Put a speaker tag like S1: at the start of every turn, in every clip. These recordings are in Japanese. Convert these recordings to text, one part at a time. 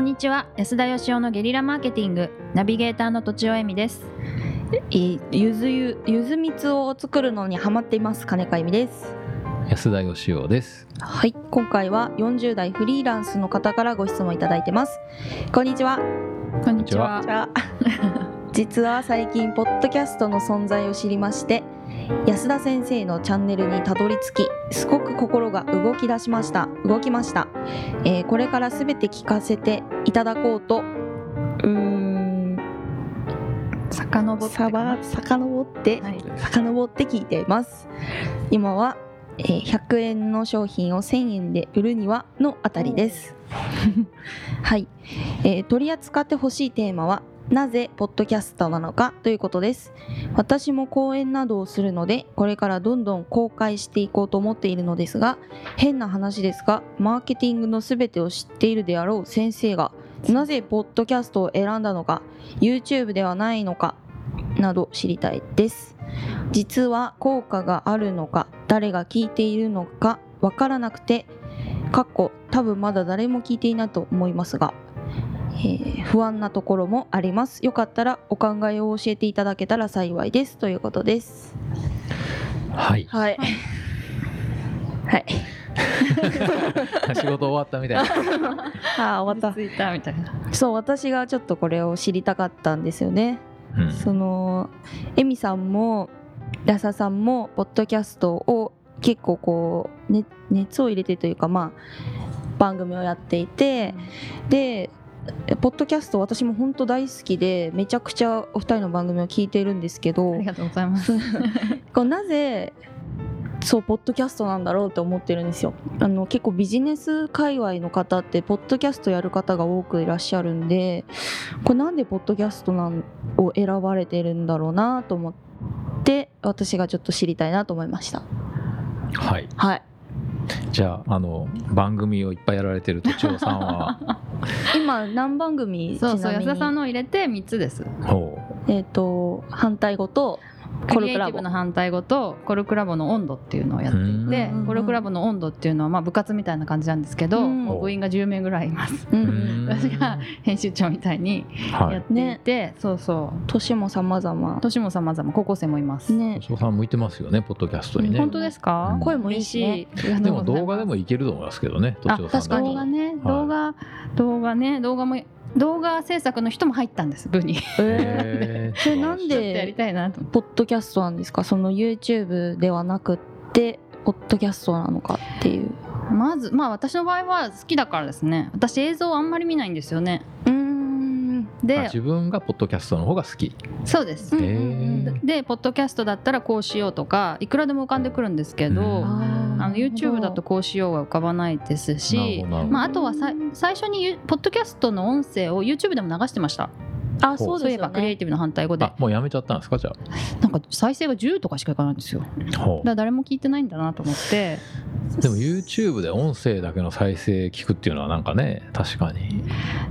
S1: にちは安田義雄のゲリラマーケティングナビゲーターのとちおえみです
S2: えーゆずゆゆず蜜を作るのにハマっています金香由美です
S3: 安田義雄です。
S2: はい今回は40代フリーランスの方からご質問いただいてますこんにちは
S1: こんに
S3: に
S1: ち
S3: ち
S1: は
S3: は
S2: じゃあ 実は最近ポッドキャストの存在を知りまして安田先生のチャンネルにたどり着きすごく心が動き出しました動きました、えーこれからすべて聞かせていただこうとうーん
S1: 遡って
S2: さば遡って、
S1: はい
S2: 遡って聞いています今は、えー100円の商品を1000円で売るにはのあたりです はい、えー取り扱ってほしいテーマはなぜポッドキャスターなのかということです私も講演などをするのでこれからどんどん公開していこうと思っているのですが変な話ですがマーケティングの全てを知っているであろう先生がなぜポッドキャストを選んだのか YouTube ではないのかなど知りたいです実は効果があるのか誰が聞いているのかわからなくてかっこ多分まだ誰も聞いていないと思いますが、えー不安なところもありますよかったらお考えを教えていただけたら幸いですということです
S3: はい。
S2: はいはい
S3: 仕事終わったみたいな。
S2: ああ終わっ
S1: 着いたみたいな
S2: たそう私がちょっとこれを知りたかったんですよね
S3: うん
S2: そのエミさんもラサさんもポッドキャストを結構こう、ね、熱を入れてというかまあ番組をやっていてでポッドキャスト私も本当大好きでめちゃくちゃお二人の番組を聞いているんですけど
S1: ありがとうございます
S2: こうなぜそうポッドキャストなんだろうって思ってるんですよあの結構ビジネス界隈の方ってポッドキャストやる方が多くいらっしゃるんでこれなんでポッドキャストなんを選ばれてるんだろうなと思って私がちょっと知りたいなと思いました
S3: はい。
S2: はい
S3: じゃああの番組をいっぱいやられてるとちおさんは
S2: 今何番組
S1: そうそう安田さん
S2: の
S1: のを入れて3つです
S3: も
S2: えっ、と反対語とコ
S1: コル
S2: ル
S1: ク
S2: ク
S1: ラ
S2: ラ
S1: ボ
S2: ボ
S1: の反対語とコルクラボの温度っていうのをやっていて
S2: うん
S1: コルクラボの温度っていうのはまあ部活みたいな感じなんですけど、
S2: うん
S1: もう部員が10名ぐらいいます
S2: う
S3: う。
S2: ん
S3: う
S2: うん
S3: ん
S1: 私が編集長みたいに
S3: は
S1: やっ
S3: い。
S1: ていて、そうそう
S2: 年も様々
S1: 年も様々高校生もいます、
S2: ね
S3: ちおさん向いてますよね、ポッドキャストにね
S1: 本。当ですか、
S3: うん
S2: 声もいいしね、
S1: 嬉しい
S3: でも動画でもいけると思いますけどね、とちおさんだ
S1: あ
S2: 確
S3: と
S2: か
S1: 動
S2: に
S1: 画ね動画、動画ね動画も動画制作の人も入ったんです部に
S2: え
S3: へー
S2: それなん
S1: ちょっとやり
S2: で
S1: たいなと思って
S2: ポッドキャストなんですかその YouTube ではなくってポッドキャストなのかっていう
S1: まずまあ私の場合は好きだからですね私映像あんまり見ないんですよね
S2: うーん
S3: あ
S1: で
S3: 自分がポッドキャストの方が好き。
S1: そうです
S2: う
S3: へ
S2: んうん
S3: ー
S1: でポッドキャストだったらこうしようとかいくらでも浮かんでくるんですけど、
S3: うん
S1: あの YouTube だとこうしようは浮かばないですし、
S3: なるほどなるほど
S1: まあ、あとはさ最初にゆポッドキャストの音声を YouTube でも流してました
S2: あそう
S1: そういえ
S2: ですよ
S1: ばクリエイ
S2: ね
S1: ティブの反対語で
S3: あ、もうやめちゃったんですかじゃ
S1: なんか再生が10とかしかいかないんですよだか
S3: あ。ほう
S1: ら誰も聞いてないんだなと思って
S3: でも YouTube で音声だけの再生聞くっていうのはなんかね、確かに。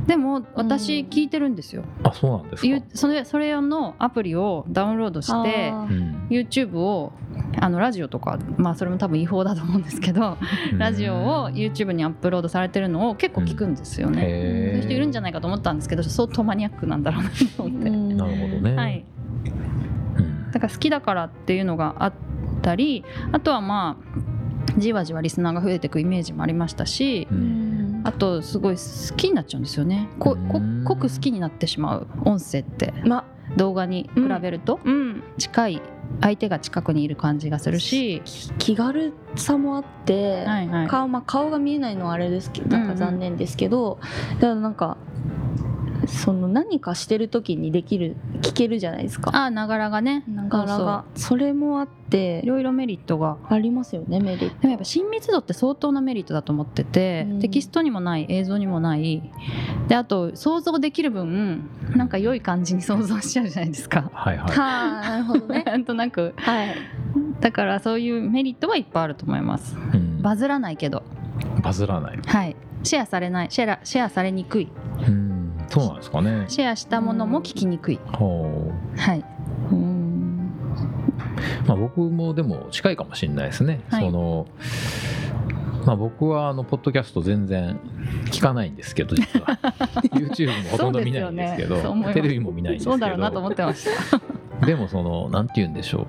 S1: でも私聞いてるんですよ、
S3: あ、そうなんです
S1: ゆ
S3: か。
S1: それそれ用のアプリをダウンロードして
S2: あ
S3: う
S2: ー
S3: ん
S1: YouTube をあのラジオとかまあそれも多分違法だと思うんですけどラジオを YouTube にアップロードされてるのを結構聞くんですよね、そう
S3: へ
S1: いう人いるんじゃないかと思ったんですけど相当マニアックなんだろうなと思って、
S2: うん
S3: なるほどね。
S1: はい、
S3: うん。
S1: だから好きだからっていうのがあったりあとはまあじわじわリスナーが増えていくイメージもありましたし
S3: う
S2: うんん
S1: あとすごい好きになっちゃうんですよねここ
S3: うん
S1: 濃く好きになってしまう音声って
S2: ま
S1: 動画に比べると
S2: うん
S1: 近い相手が近くにいる感じがするし、
S2: き気軽さもあって、
S1: はいはい、
S2: 顔まあ、顔が見えないのはあれですけどなんか残念ですけど、だからなんかその何かしてる時にできる聞けるじゃないですか
S1: ああながらがね
S2: ながらがそれもあっ
S1: い
S2: て
S1: ろいろメリットが
S2: ありますよねメリット
S1: でもやっぱ親密度って相当なメリットだと思ってて、
S2: うん
S1: テキストにもない映像にもないであと想像できる分なんか良い感じに想像しちゃうじゃないですか
S3: はいはい。
S2: はあなるほどね
S1: なんとなく
S2: はい
S1: だからそういうメリットはいっぱいあると思います
S3: うん
S1: バズらないけど
S3: バズらない。
S1: はいシェアされないシェアシェアされにくい
S3: うん、そうなんですかね。
S1: シェアしたものも聞きにくい、
S3: ほう。
S1: はい、
S2: うん
S3: まあ僕もでも近いかもしれないですね。
S1: はい
S3: そのまあ、僕はあのポッドキャスト全然聞かないんですけど実 は YouTube もほとんど見ないんですけど
S1: そうですよねそう思います
S3: テレビも見ないんですけど
S1: そうだろうなと思ってました。
S3: でもそのなんて言うんでしょ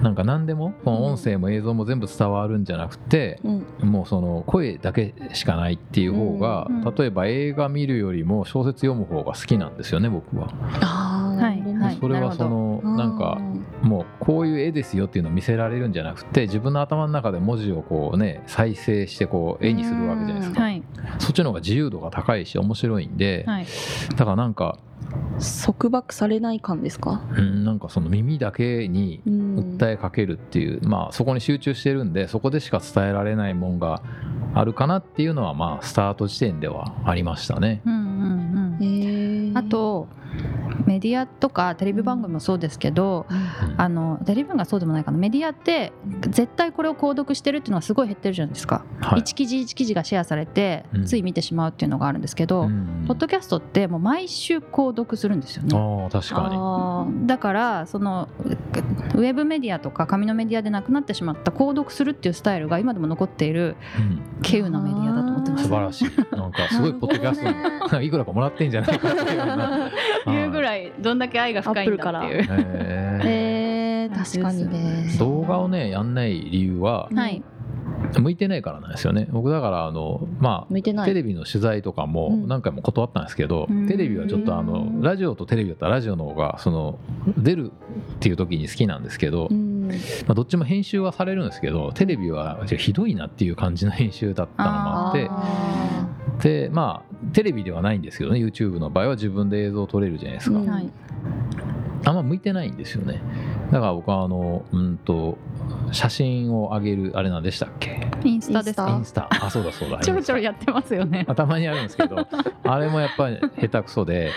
S3: うなんか何でもこの音声も映像も全部伝わるんじゃなくて、
S2: うん
S3: もうその声だけしかないっていう方が、
S1: うんうん
S3: 例えば映画見るよりも小説読む方が好きなんですよね僕は。
S2: あー
S1: はいはい
S3: それはそのなんかもうこういう絵ですよっていうのを見せられるんじゃなくて自分の頭の中で文字をこうね再生してこう絵にするわけじゃないですか、
S1: はい
S3: そっちの方が自由度が高いし面白いんで、
S1: はい。
S3: だからなんか、
S2: 束縛されない感ですか
S3: うん、なんかその耳だけに
S2: うん
S3: 訴えかけるっていう、まあそこに集中してるんでそこでしか伝えられないもんがあるかなっていうのはまあスタート時点ではありましたね。
S1: うんうん
S2: へ
S1: うん。
S2: ー
S1: あとメディアとかテレビ番組もそうですけど、
S3: うん
S1: あのテレビ番組はそうでもないかなメディアって絶対これを購読してるっていうのはすごい減ってるじゃないですか、
S3: はい
S1: 一記事一記事がシェアされて
S3: うん
S1: つい見てしまうっていうのがあるんですけど、
S3: うん
S1: ポッドキャストってもう毎週購読するんですよね。
S3: ああ確かに。
S2: あー
S1: だからそのウェブメディアとか紙のメディアでなくなってしまった購読するっていうスタイルが今でも残っている
S3: うん
S1: 稀有なメディアだと思ってま
S3: 素
S1: す。
S3: 晴らしい。なんかすごいポッドキャスト
S2: なるほど
S3: にいくらかもらってんじゃないかっていうよう な。
S1: いうぐらいどんだけ愛が深いんだっていう。
S3: へえ
S2: えー確かにね
S3: 動画をねやんない理由は
S2: うん
S1: はい、
S3: 向いてないからなんですよね僕だからあのま
S2: 向いて
S3: あ
S2: ない
S3: テレビの取材とかも
S2: うん
S3: 何回も断ったんですけど、
S1: うん
S3: テレビはちょっとあ
S2: うん
S3: のラジオとテレビだったらラジオの方がその出るっていう時に好きなんですけど、
S2: うん
S3: まあ、どっちも編集はされるんですけどテレビはひどいなっていう感じの編集だったのもあって
S1: あ
S3: でまあテレビではないんですけどね YouTube の場合は自分で映像を撮れるじゃないですか、
S2: うん
S1: はい
S3: あんま向いてないんですよねだから僕はあのうんと写真を上げるあれなんでしたっけ
S1: ーインスタです
S3: イ
S1: か
S3: ンスタあそうだそうだ
S1: ちょろちょろ
S3: インス
S1: やってますよね
S3: タ。頭にあるんですけどあれもやっぱり下手くそで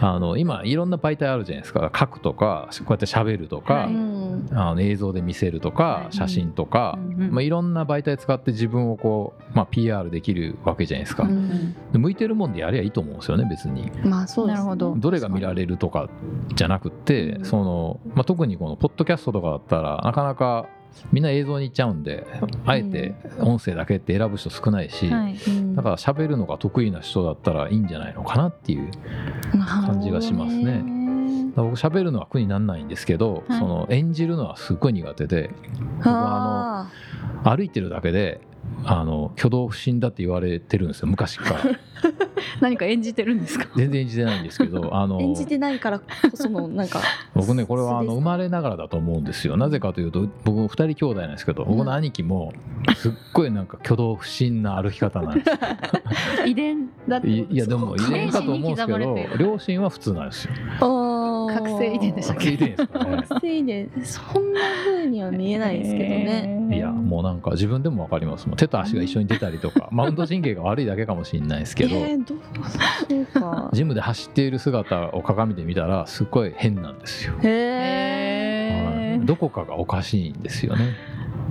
S3: あの今いろんな媒体あるじゃないですか書くとかこうやって喋るとか、
S1: は
S2: う
S1: い
S2: ん
S3: あの映像で見せるとか
S1: はい
S3: 写真とか、
S1: うんうん
S3: まあ、いろんな媒体使って自分をこう、まあ、PR できるわけじゃないですか、
S2: うん
S3: で向いてるもんでやりゃいいと思うんですよね別に
S2: まあそうです
S1: な
S2: ね
S1: るほど
S3: どれが見られるとかじゃなくって、
S2: うん
S3: そのまあ、特にこのポッドキャストとかだったらなかなかみんな映像に行っちゃうんであえて音声だけって選ぶ人少ないし、
S1: はい、
S2: うん
S3: だから喋るのが得意な人だったらいいんじゃないのかなっていうだか感じがしますね
S2: なるほどね
S3: ら僕喋るのは苦になんないんですけど、
S1: はい
S3: その演じるのはすっごい苦手で僕はあ
S2: あ
S3: の歩いてるだけであの挙動不審だって言われてるんですよ昔から
S1: 何か演じてるんですか。
S3: 全然演じてないんですけどあ
S2: ー
S3: の
S2: 演じてないからこそのなんか
S3: 僕ねこれはあ
S2: 素です
S3: の
S2: か
S3: 生まれながらだと思うんですよなぜかというと僕2人兄弟なんですけど僕の兄貴もすっごいなんか挙動不審な歩き方なんですよ
S1: 遺伝だって
S3: い
S1: こと
S3: い
S1: で
S3: や
S1: す
S3: で
S1: か。
S3: も遺伝かと思うんですけ
S1: 遺伝子に刻ま
S3: ど
S1: れている
S3: 両親は普通なんですよ
S2: 覚
S1: 覚醒遺伝でしたっけ
S3: 遺伝ですかね
S2: 覚醒遺伝そんな風には見えないですけどね、
S1: へー
S3: いやもうなんか自分でも分かりますもん手と足が一緒に出たりとかマウント神経が悪いだけかもしれないですけど
S2: えーどうそうか
S3: ジムで走っている姿を鏡で見たらすっごい変なんですよ、
S2: へ
S1: へ
S2: え
S3: はい
S1: ー
S3: どこかがおかしいんですよね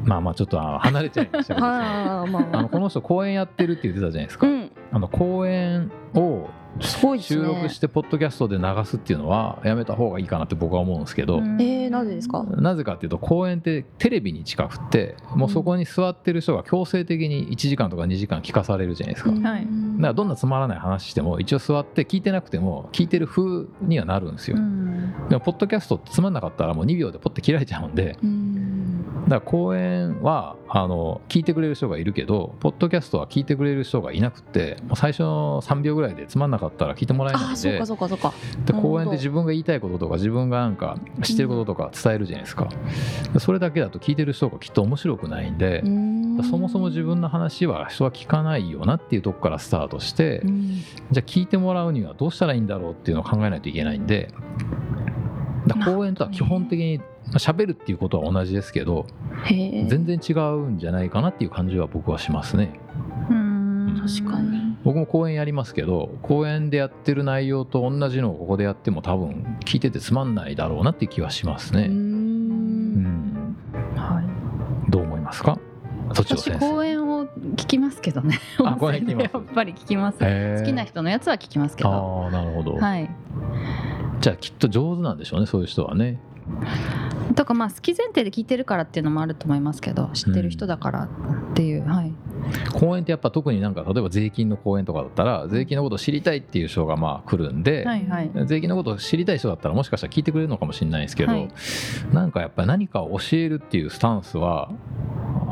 S3: まあまあちょっとあの離れちゃいましたけ ど
S2: はあま
S3: あ
S2: あ
S3: のこの人公演やってるって言ってたじゃないですか、
S2: うん
S3: あの公演を
S2: すごいです
S3: 収
S2: ね
S3: 録してポッドキャストで流すっていうのはやめた方がいいかなって僕は思うんですけど、
S1: うん
S2: えーなぜですか
S3: なぜかっていうと公演ってテレビに近くってもうそこに座ってる人が強制的に1時間とか2時間聞かされるじゃないですか、だか
S1: はい
S3: らどんなつまらない話しても一応座って聞いてなくても聞いてる風にはなるんですよ、
S1: うん
S3: でもポッドキャストってつまんなかったらもう2秒でポッて切られちゃうんで
S2: うん
S3: だから公演はあの聞いてくれる人がいるけどポッドキャストは聞いてくれる人がいなくてもう最初の3秒ぐらいでつまんなかったら聞いてもらえない
S2: あ
S3: ん
S2: そう
S3: で
S2: かそうかそうか
S3: で
S2: なるほど
S3: 公演で自分が言いたいこととか自分がなんか知ってることとか伝えるじゃないですか、それだけだと聞いてる人がきっと面白くないんで、そもそも自分の話は人は聞かないよなっていうとこからスタートして、
S2: うん
S3: じゃあ聞いてもらうにはどうしたらいいんだろうっていうのを考えないといけないんでだから公演とは基本的にまあ喋るっていうことは同じですけど
S2: へえ
S3: 全然違うんじゃないかなっていう感じは僕はしますね
S1: うん
S2: 確かに
S3: 僕も公演やりますけど公演でやってる内容と同じのをここでやっても多分聞いててつまんないだろうなっていう気はします
S2: う
S3: ねうんん
S1: はい。
S3: どう思いますか都庁
S1: 私
S3: 先
S1: 公
S3: 生
S1: 演を聞きますけどね。
S3: あ公演聞きます
S1: やっぱり聞きます。好
S3: へー
S1: きな人のやつは聞きますけど。
S3: ああなるほど、
S1: はい。
S3: じゃあきっと上手なんでしょうねそういう人はね
S1: とかまあ好き前提で聞いてるからっていうのもあると思いますけど知ってる人だからっていう、はい
S3: 公園ってやっぱ特になんか例えば税金の公園とかだったら税金のことを知りたいっていう人がまあ来るんで、
S1: はいはい
S3: 税金のことを知りたい人だったらもしかしたら聞いてくれるのかもしれないですけど、
S1: はい
S3: なんかやっぱり何かを教えるっていうスタンスは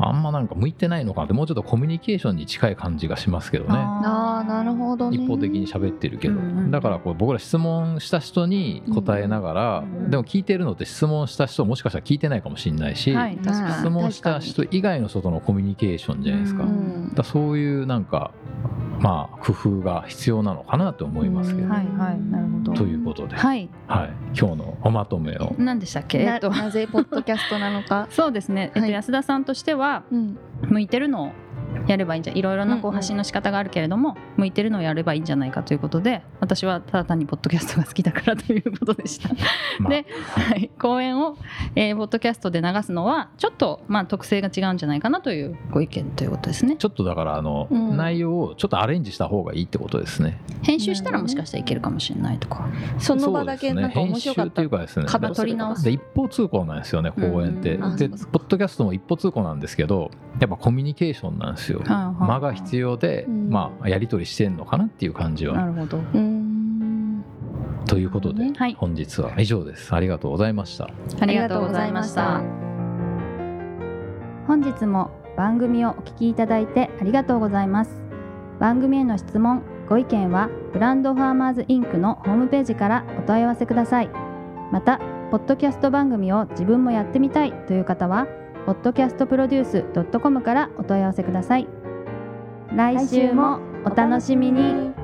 S3: あんまなんか向いてないのかなってもうちょっとコミュニケーションに近い感じがしますけどね。
S2: ああなるほどね
S3: 一方的に喋ってるけど、
S1: うんうん
S3: だからこう僕ら質問した人に答えながら、
S1: うんうん
S3: でも聞いてるのって質問した人もしかしたら聞いてないかもしれないし、
S1: はい確
S2: まあ
S1: か
S3: 質問した人以外の人とのコミュニケーションじゃないですか,、
S1: う
S3: だか
S2: ん
S3: らそういうなんかまあ工夫が必要なのかなと思いますけど、
S1: にはいはいなるほど
S3: ということで、はい
S1: はい
S3: 今日のおまとめを、
S1: 何でしたっけえ
S2: な
S1: っと
S2: なぜポッドキャストなのか
S1: そうですね、えっ
S2: は
S1: と、
S2: い
S1: 安田さんとしては
S2: うん
S1: 向いてるのをやればいいんじゃいろいろなこう
S2: う
S1: ん
S2: うん
S1: 発信の仕方があるけれども、向いてるのをやればいいんじゃないかということで私はただ単にポッドキャストが好きだからということでした。
S3: まあ
S1: で、 はい、講演を、えーポッドキャストで流すのはちょっと、まあ、特性が違うんじゃないかなというご意見ということですね。
S3: ちょっとだからあの、
S2: うん
S3: 内容をちょっとアレンジした方がいいってことですね。
S1: 編集したらもしかしたらいけるかもしれないとか。
S2: その場だけなんか面白かった
S3: そうですね編集っていうかですね
S2: カバー取り直す
S3: で一方通行なんですよね公園って、
S1: うんうん
S2: あ
S3: で
S2: そう
S3: ポ
S2: かそう
S3: ッドキャストも一方通行なんですけどやっぱコミュニケーションなんですよ、間が必要で、
S2: うん
S3: まあやり取りしてんのかなっていう感じ
S1: な
S3: は
S1: るほど。
S2: うーん
S3: ということで、
S1: はい
S3: 本日は以上ですありがとうございました
S1: あ
S2: りがとうございました
S4: 本日も番組をお聞きいただいてありがとうございます番組への質問ご意見はブランドファーマーズインクのホームページからお問い合わせくださいまたポッドキャスト番組を自分もやってみたいという方は podcastproduce.com からお問い合わせください来週もお楽しみに